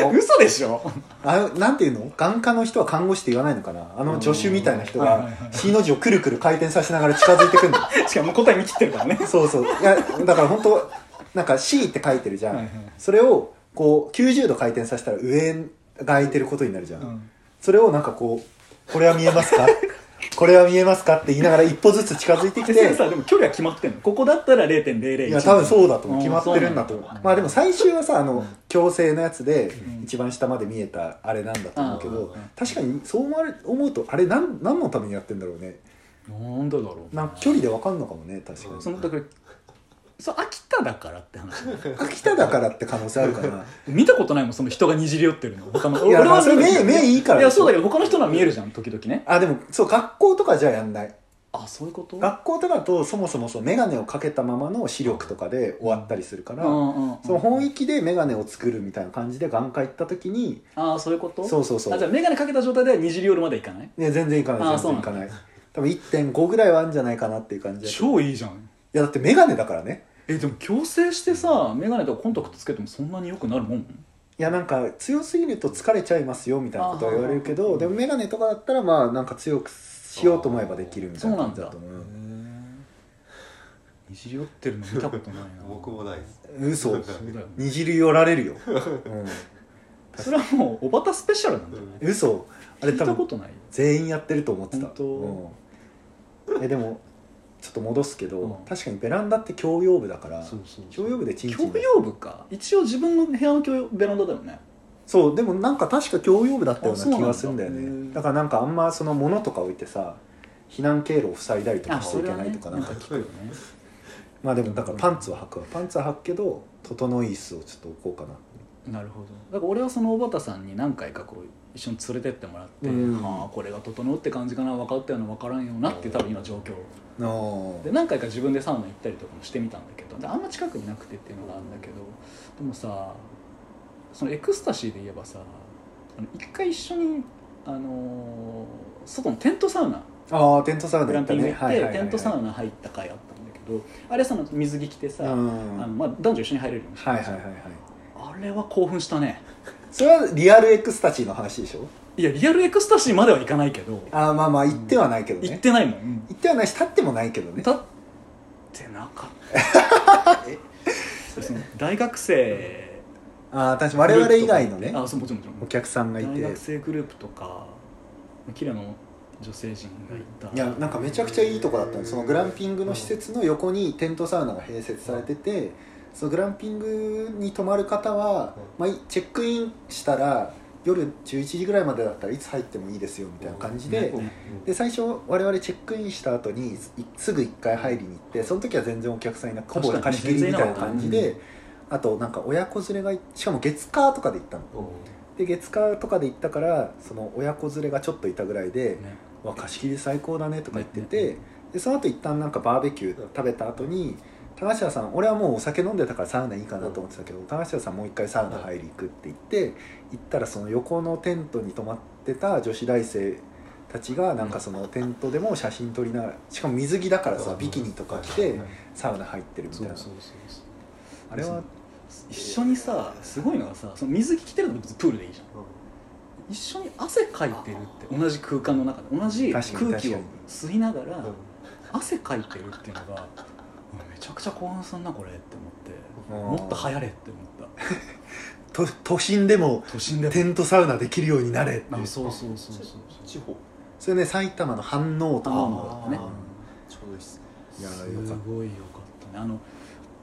Speaker 1: の
Speaker 2: 嘘でしょ
Speaker 1: あのなんていうの眼科の人は看護師って言わないのかなあの助手みたいな人
Speaker 2: うんはい
Speaker 1: が
Speaker 2: はいはい
Speaker 1: C の字をくるくる回転させながら近づいてくるの
Speaker 2: しかも答え見切ってるからね
Speaker 1: そうそういやだから本当なんか C って書いてるじゃん、
Speaker 2: はいはい
Speaker 1: それをこう90度回転させたら上が空いてることになるじゃん、
Speaker 2: うん
Speaker 1: それをなんかこうこれは見えますか これは見えますかって言いながら一歩ずつ近づいて き
Speaker 2: でセ
Speaker 1: て
Speaker 2: ンサーでも距離は決まってんのここだったら0.001
Speaker 1: いや多分そうだと思う決まってるんだと
Speaker 2: と
Speaker 1: 思うまあでも最終はさあの強制のやつで
Speaker 2: ん
Speaker 1: 一番下まで見えたあれなんだと思うけ
Speaker 2: あ
Speaker 1: ど
Speaker 2: あ
Speaker 1: 確かにそう思われ思うとあれ何何のためにやってんだろうね
Speaker 2: なんだだろう
Speaker 1: なんか距離でわかんのかもね確か
Speaker 2: そ
Speaker 1: に
Speaker 2: のだからそう秋田だからって話
Speaker 1: 秋田だからって可能性あるかな
Speaker 2: 見たことないもんその人がにじり寄ってるの他の
Speaker 1: いやまあ
Speaker 2: それ
Speaker 1: 目目いいから
Speaker 2: いやそうだけど他の人のは見えるじゃん時々ね
Speaker 1: あでもそう学校とかじゃやんない
Speaker 2: あそういうこと
Speaker 1: 学校とかだとそもそもそう眼鏡をかけたままの視力とかで終わったりするから
Speaker 2: うんうんうん
Speaker 1: その本域で眼鏡を作るみたいな感じで眼科行った時に
Speaker 2: ああそういうこと
Speaker 1: そうそうそう
Speaker 2: あじゃあ眼鏡かけた状態ではにじり寄るまでいかない
Speaker 1: ね、全然いかな
Speaker 2: あ
Speaker 1: い
Speaker 2: ー
Speaker 1: 全然いかない多分1.5ぐらいはあるんじゃないかなっていう感じだけどい
Speaker 2: 超いいじゃん
Speaker 1: やだって眼鏡だからね
Speaker 2: えでも矯正してさ眼鏡とかコンタクトつけてもそんなによくなるもん
Speaker 1: いやなんか強すぎると疲れちゃいますよみたいなことは言われるけ
Speaker 2: あ
Speaker 1: ど
Speaker 2: ー
Speaker 1: でも眼鏡とかだったらまあなんか強くしようと思えばできるみたいな感じだと思う
Speaker 2: にじり寄ってるの見たことないな
Speaker 3: 僕もないです
Speaker 1: 嘘
Speaker 2: そうだよね
Speaker 1: にじり寄られるよ、
Speaker 2: それはもうおばたスペシャルなんだよ
Speaker 1: うん、嘘あれ
Speaker 2: 聞い
Speaker 1: 多
Speaker 2: たこ
Speaker 1: 分
Speaker 2: とないよ
Speaker 1: 全員やってると思ってた
Speaker 2: 本
Speaker 1: うんえでもちょっと戻すけど、
Speaker 2: うん
Speaker 1: 確かにベランダって共用部だから
Speaker 3: そうそう
Speaker 1: 共用部でチンチン
Speaker 2: 共用部か一応自分の部屋の共用ベランダだよね
Speaker 1: そうでもなんか確か共用部だったよう
Speaker 2: あ
Speaker 1: な
Speaker 2: そうなん
Speaker 1: 気
Speaker 2: だ
Speaker 1: がするんだよ
Speaker 2: へ
Speaker 1: ね
Speaker 2: ー
Speaker 1: だからなんかあんまその物とか置いてさ避難経路を塞いだりとか
Speaker 2: あ
Speaker 1: しちゃ
Speaker 2: そ
Speaker 1: い
Speaker 2: れ
Speaker 1: け
Speaker 2: は
Speaker 1: な
Speaker 2: ね
Speaker 1: いとかなんか
Speaker 2: 聞くよね
Speaker 1: まあでもだからパンツは履くわパンツは履くけど整い椅子をちょっと置こうかな
Speaker 2: なるほどだから俺はその小畑さんに何回かこう一緒に連れてってもらって、
Speaker 1: うん
Speaker 2: ああこれが整うって感じかな分かったような分からんようなっていう多分今状況
Speaker 1: あ
Speaker 2: で何回か自分でサウナ行ったりとかもしてみたんだけどであんま近くになくてっていうのがあるんだけどでもさそのエクスタシーで言えばさあの一回一緒に、あのー外のテントサウナ
Speaker 1: あーテントサウ
Speaker 2: グ
Speaker 1: ナ
Speaker 2: ラ
Speaker 1: 行
Speaker 2: ン
Speaker 1: っ
Speaker 2: ピ
Speaker 1: た
Speaker 2: ング
Speaker 1: ね
Speaker 2: 行ってテントサウナ入った回あったんだけどあれさ水着着てさ、
Speaker 1: うん
Speaker 2: あ
Speaker 1: は
Speaker 2: のまあ、男女一緒に入れるように
Speaker 1: い
Speaker 2: して
Speaker 1: はいは
Speaker 2: る
Speaker 1: い
Speaker 2: じゃん
Speaker 1: はい
Speaker 2: あれは興奮したね
Speaker 1: それはリアルエクスタシーの話でしょ
Speaker 2: いやリアルエクスタシーまではいかないけど
Speaker 1: ああまあまあ行ってはないけど
Speaker 2: 行っ
Speaker 1: ね
Speaker 2: てないもん、
Speaker 1: 行ってはないし立ってもないけどね
Speaker 2: 立ってなかったその大学生
Speaker 1: ああ確かに我々以外のね
Speaker 2: あそうもちろんもちろん
Speaker 1: お客さんがい
Speaker 2: 大
Speaker 1: て
Speaker 2: 学生グループとか綺麗な女性陣がいた
Speaker 1: いやなんかめちゃくちゃいいとこだったのそのグランピングの施設の横にテントサウナが併設されててそのグランピングに泊まる方は、まあ、いチェックインしたら夜11時ぐらいまでだったらいつ入ってもいいですよみたいな感じで
Speaker 2: うん
Speaker 1: で最初我々チェックインした後にいすぐ1回入りに行ってその時は全然お客さんいなくてほぼ貸し切りみたいな感じであとなんか親子連れがいしかも月火とかで行ったので月火とかで行ったからその親子連れがちょっといたぐらいで。
Speaker 2: ね
Speaker 1: わ貸し切り最高だねとか言って
Speaker 2: ね
Speaker 1: て、
Speaker 2: ね
Speaker 1: でその後一旦なんかバーベキュー食べた後に高橋さん俺はもうお酒飲んでたからサウナいいかなと思ってたけど高橋さんもう一回サウナ入り行くって言って行ったらその横のテントに泊まってた女子大生たちがなんかそのテントでも写真撮りながらしかも水着だからさビキニとか着てサウナ入ってるみた
Speaker 2: そ
Speaker 1: いうな
Speaker 2: そうそうそう
Speaker 1: あれは
Speaker 2: 一緒にさすごいのがさその水着着てるの別にプールでいいじゃん一緒に汗かいてるって同じ空間の中で同じ空
Speaker 1: 確かに
Speaker 2: 気
Speaker 1: 確
Speaker 2: を
Speaker 1: かに
Speaker 2: 吸いながら汗かいてるっていうのがめちゃくちゃ興奮すんなこれって思ってもっと流行れって思っ
Speaker 1: と都心でも
Speaker 2: た都心でも
Speaker 1: テントサウナできるようになれ
Speaker 2: あそうそうそうそう
Speaker 3: 地方
Speaker 1: それね埼玉の反応とか
Speaker 2: あー
Speaker 1: もね
Speaker 3: ちょうどいいっす
Speaker 1: いや
Speaker 2: す
Speaker 1: ーよかった
Speaker 2: ごいよかったねあの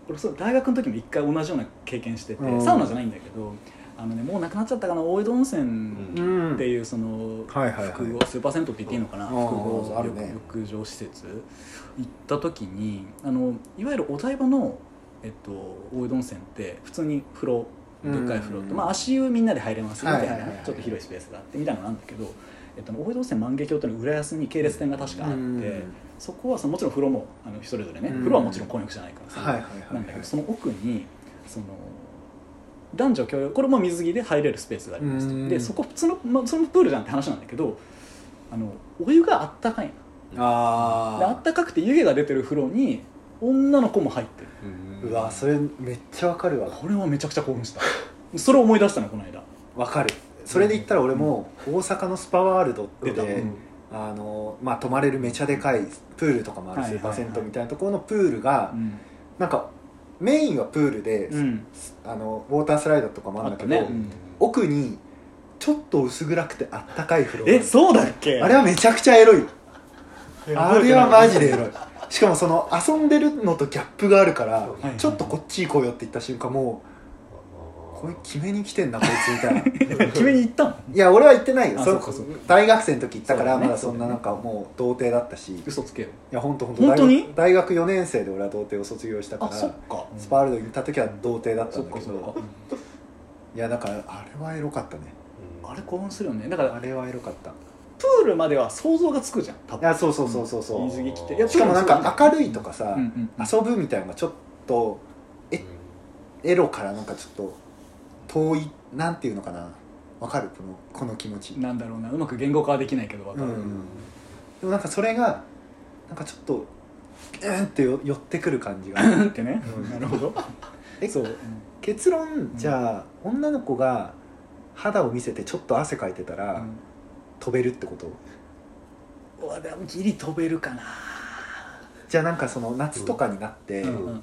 Speaker 2: 俺そう大学の時も一回同じような経験してて、
Speaker 1: うん
Speaker 2: サウナじゃないんだけどあの、ね、もうなくなっちゃったかな大江戸温泉
Speaker 1: うん
Speaker 2: っていうその
Speaker 1: はいはいはい
Speaker 2: 複合スーパー銭湯って言っていいのかな
Speaker 1: あ
Speaker 2: 複
Speaker 1: ー
Speaker 2: 合
Speaker 1: あるね
Speaker 2: 浴浴場施設行った時にあのいわゆるお台場の、えっと、大江戸温泉って普通に風呂でっかい風呂と、
Speaker 1: うん
Speaker 2: まあ、足湯みんなで入れますよみたいな、
Speaker 1: はいはいはいはい
Speaker 2: ちょっと広いスペースがあってみたいなのなんだけど、えっと、大江戸温泉万華鏡っていうのは浦安に系列店が確かあって。
Speaker 1: うん
Speaker 2: そこはそのもちろん風呂もあのそれぞれね、
Speaker 1: うん
Speaker 2: 風呂はもちろん混浴じゃないからさ、
Speaker 1: はいはいは
Speaker 2: ないん
Speaker 1: は
Speaker 2: だけ
Speaker 1: い
Speaker 2: どその奥にその男女共用これも水着で入れるスペースがあります
Speaker 1: う
Speaker 2: と
Speaker 1: ん
Speaker 2: でそこ普通の、まあ、そのプールじゃんって話なんだけどあのお湯があったかいなであ
Speaker 1: あ
Speaker 2: っ
Speaker 1: あ
Speaker 2: たかくて湯気が出てる風呂に女の子も入ってる
Speaker 1: うわそれめっちゃわかるわ
Speaker 2: これはめちゃくちゃ興奮したそれを思い出したのこの間
Speaker 1: わかるそれで言ったら俺も大阪のスパワールドって
Speaker 2: 出た、
Speaker 1: で
Speaker 2: うん
Speaker 1: あのまあ泊まれるめちゃでかいプールとかもある
Speaker 2: はい
Speaker 1: ス
Speaker 2: はい
Speaker 1: ー
Speaker 2: は
Speaker 1: パ
Speaker 2: い
Speaker 1: ー銭湯みたいなところのプールがなんかメインはプールで
Speaker 2: うん
Speaker 1: あのウォータースライドとかもあるんだけ
Speaker 2: あっ
Speaker 1: ど
Speaker 2: たね
Speaker 1: 奥にちょっと薄暗くてあったかい風呂が
Speaker 2: えそうだっけ
Speaker 1: あれはめちゃくちゃエロいあれはマジでエロ
Speaker 2: い
Speaker 1: いしかもその遊んでるのとギャップがあるから
Speaker 2: いはい
Speaker 1: ちょっとこっち行こうよって言った瞬間もうこれ決めに来てんなこいつみたいな
Speaker 2: 決めに行ったの
Speaker 1: いや俺は行ってないよ
Speaker 2: あ
Speaker 1: それ
Speaker 2: そうかそうか
Speaker 1: 大学生の時行ったから
Speaker 2: そうだね
Speaker 1: まだそんななんかもう童貞だったしい
Speaker 2: 嘘つけよ
Speaker 1: や本当本
Speaker 2: 本当に
Speaker 1: 大学4年生で俺は童貞を卒業したか
Speaker 2: あそっ
Speaker 1: ら
Speaker 2: か
Speaker 1: スパールドに行った時は童貞だった
Speaker 2: そっ
Speaker 1: んだ
Speaker 2: か
Speaker 1: け
Speaker 2: そっか
Speaker 1: どいやだからあれはエロかったね
Speaker 2: あれ興奮するよねだから
Speaker 1: あれはエロかった
Speaker 2: プールまでは想像がつくじゃん多
Speaker 1: い
Speaker 2: 分
Speaker 1: やそうそうそうそうそう
Speaker 2: 水着着ていや
Speaker 1: しかもなんか明るいとかさ、
Speaker 2: うんうんうん
Speaker 1: 遊ぶみたいなのがちょっとえエロからなんかちょっと遠いなんていうのかなわかるこのこの気持ち、うん
Speaker 2: なんだろうなうまく言語化はできないけどわかる、
Speaker 1: でもなんかそれがなんかちょっとうんってよ寄ってくる感じが
Speaker 2: ってね、
Speaker 1: うん
Speaker 2: なるほど
Speaker 1: え
Speaker 2: そう、
Speaker 1: 結論じゃあ、女の子が肌を見せてちょっと汗かいてたら、飛べるってこと
Speaker 2: うわでもギリ飛べるかな、
Speaker 1: じゃあなんかその夏とかになって、
Speaker 2: うんうんうん、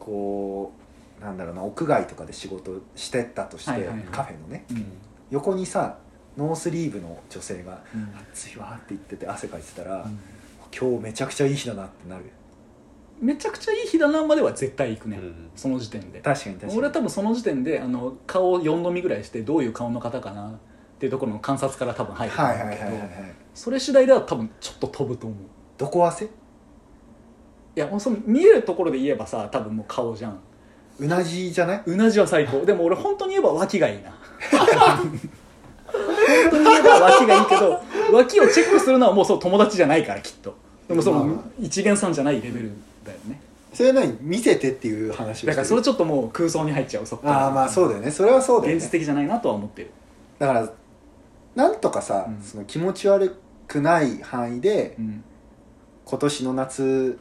Speaker 1: こうなんだろうな屋外とかで仕事してたとして、
Speaker 2: はいはいはい
Speaker 1: カフェのね
Speaker 2: うん
Speaker 1: 横にさノースリーブの女性が
Speaker 2: うん
Speaker 1: 「暑いわ」って言ってて汗かいてたら、今日めちゃくちゃいい日だなってなる
Speaker 2: めちゃくちゃいい日だなまでは絶対行くね、その時点で
Speaker 1: 確かに確かに
Speaker 2: 俺は多分その時点であの顔を4度見ぐらいしてどういう顔の方かなっていうところの観察から多分入ると思
Speaker 1: は
Speaker 2: う
Speaker 1: い
Speaker 2: ん
Speaker 1: は
Speaker 2: だ
Speaker 1: い
Speaker 2: け
Speaker 1: はいはいは
Speaker 2: ど
Speaker 1: い
Speaker 2: それ次第では多分ちょっと飛ぶと思う
Speaker 1: どこ汗
Speaker 2: いやもうその見えるところで言えばさ多分もう顔じゃん
Speaker 1: うなじじゃないう
Speaker 2: なじは最高でも俺本当に言えば脇がいいな本当に言えば脇がいいけど脇をチェックするのはもうそう友達じゃないからきっとでもそ
Speaker 1: まあ
Speaker 2: の一元さんじゃないレベルだよね
Speaker 1: それは何見せてっていう話をしてる
Speaker 2: だからそれちょっともう空想に入っちゃうそっから
Speaker 1: ああまあそうだよねそれはそうだよ
Speaker 2: 現
Speaker 1: ね
Speaker 2: 実的じゃないなとは思ってる
Speaker 1: だからなんとかさ、
Speaker 2: うん
Speaker 1: その気持ち悪くない範囲で
Speaker 2: うん
Speaker 1: 今年の夏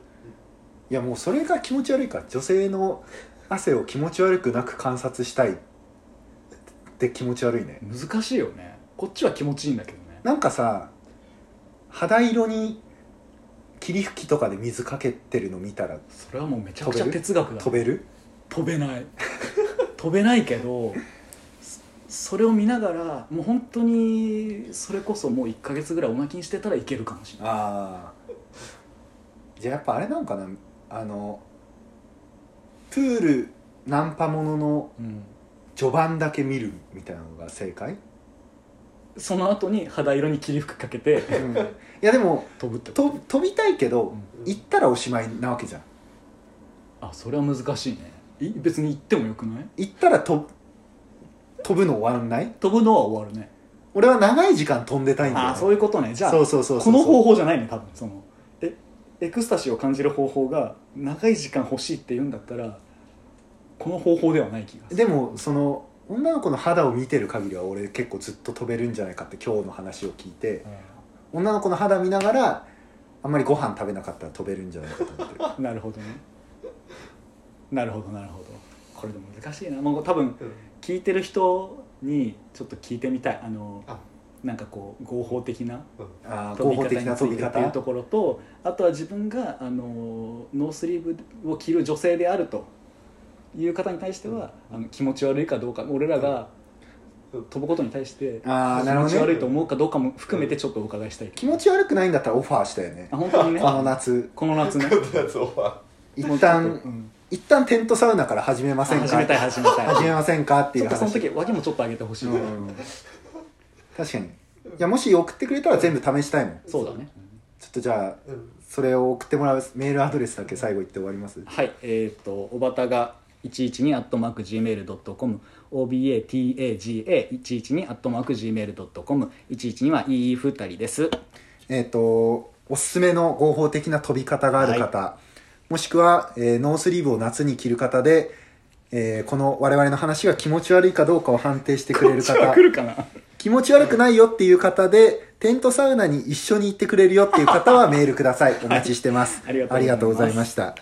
Speaker 1: いやもうそれが気持ち悪いから女性の汗を気持ち悪くなく観察したいって気持ち悪いね
Speaker 2: 難しいよねこっちは気持ちいいんだけどね
Speaker 1: なんかさ肌色に霧吹きとかで水かけてるの見たら
Speaker 2: それはもうめちゃくちゃ哲学だ
Speaker 1: 飛べる
Speaker 2: 飛べない飛べないけどそそれを見ながらもう本当にそれこそもう1か月ぐらいおまきにしてたらいけるかもしれない
Speaker 1: ああじゃあやっぱあれなんかなあのプールナンパものの
Speaker 2: うん
Speaker 1: 序盤だけ見るみたいなのが正解、
Speaker 2: その後に肌色に霧吹きかけ て
Speaker 1: いやでも
Speaker 2: 飛ぶってこと
Speaker 1: と飛びたいけど、
Speaker 2: う
Speaker 1: 行ったらおしまいなわけじゃん
Speaker 2: あそれは難しいねい別に行ってもよくない
Speaker 1: 行ったらと飛ぶの終わんない
Speaker 2: 飛ぶのは終わるね
Speaker 1: 俺は長い時間飛んでたいんだよ
Speaker 2: あそういうことねじゃあ
Speaker 1: そうそうそうそう
Speaker 2: この方法じゃないね多分そのえエクスタシーを感じる方法が長い時間欲しいって言うんだったらこの方法ではない気がする
Speaker 1: でもその女の子の肌を見てる限りは俺結構ずっと飛べるんじゃないかって今日の話を聞いて女の子の肌見ながらあんまりご飯食べなかったら飛べるんじゃないかと思ってる
Speaker 2: なるほどねなるほどなるほどこれでも難しいなもう多分聞いてる人にちょっと聞いてみたいあの
Speaker 3: あ
Speaker 2: なんかこう合法的な
Speaker 1: ああ
Speaker 2: 飛
Speaker 1: 合
Speaker 2: び
Speaker 1: 法
Speaker 2: 方
Speaker 1: 的な飛
Speaker 2: に
Speaker 1: び
Speaker 2: ついてっていう
Speaker 1: 方
Speaker 2: ところとあとは自分があのノースリーブを着る女性であるという方に対しては、あの気持ち悪いかどうか俺らが
Speaker 3: うん
Speaker 2: 飛ぶことに対して気
Speaker 1: ああなる
Speaker 2: 持
Speaker 1: ほ
Speaker 2: ち
Speaker 1: ど
Speaker 2: 悪
Speaker 1: ね
Speaker 2: いと思うかどうかも含めてちょっとお伺いしたい
Speaker 1: 気持ち悪くないんだったらオファーしたよね
Speaker 2: あ本当に ね
Speaker 1: この夏
Speaker 2: この 夏ね
Speaker 1: 一
Speaker 2: もうちょっとう
Speaker 1: 旦
Speaker 2: ん
Speaker 1: 一旦テントサウナから始め
Speaker 2: あ
Speaker 1: ませんか
Speaker 2: 始めたい始めた い
Speaker 1: 始めませんかっていう
Speaker 2: ちょっと
Speaker 1: 話
Speaker 2: その時脇もちょっと上げてほしい、
Speaker 1: うん確かにいやもし送ってくれたら全部試したいもんちょ
Speaker 2: そうだね
Speaker 1: っとじゃあそれを送ってもらうメールアドレスだけ最後言って終わります
Speaker 2: はい、えっ、と、おばたが112アットマーク Gmail.com、OBATAGA112 アットマーク Gmail.com、112は EE2 人です。
Speaker 1: えっ、とおすすめの合法的な飛び方がある方、もしくは、えーノースリーブを夏に着る方で、えーこの我々の話が気持ち悪いかどうかを判定してく れる
Speaker 2: こっちは
Speaker 1: 方
Speaker 2: 来るかな
Speaker 1: 気持ち悪くないよっていう方でテントサウナに一緒に行ってくれるよっていう方はメールくださいお待ちしてます、
Speaker 2: ありがとうございます
Speaker 1: ありがとうございました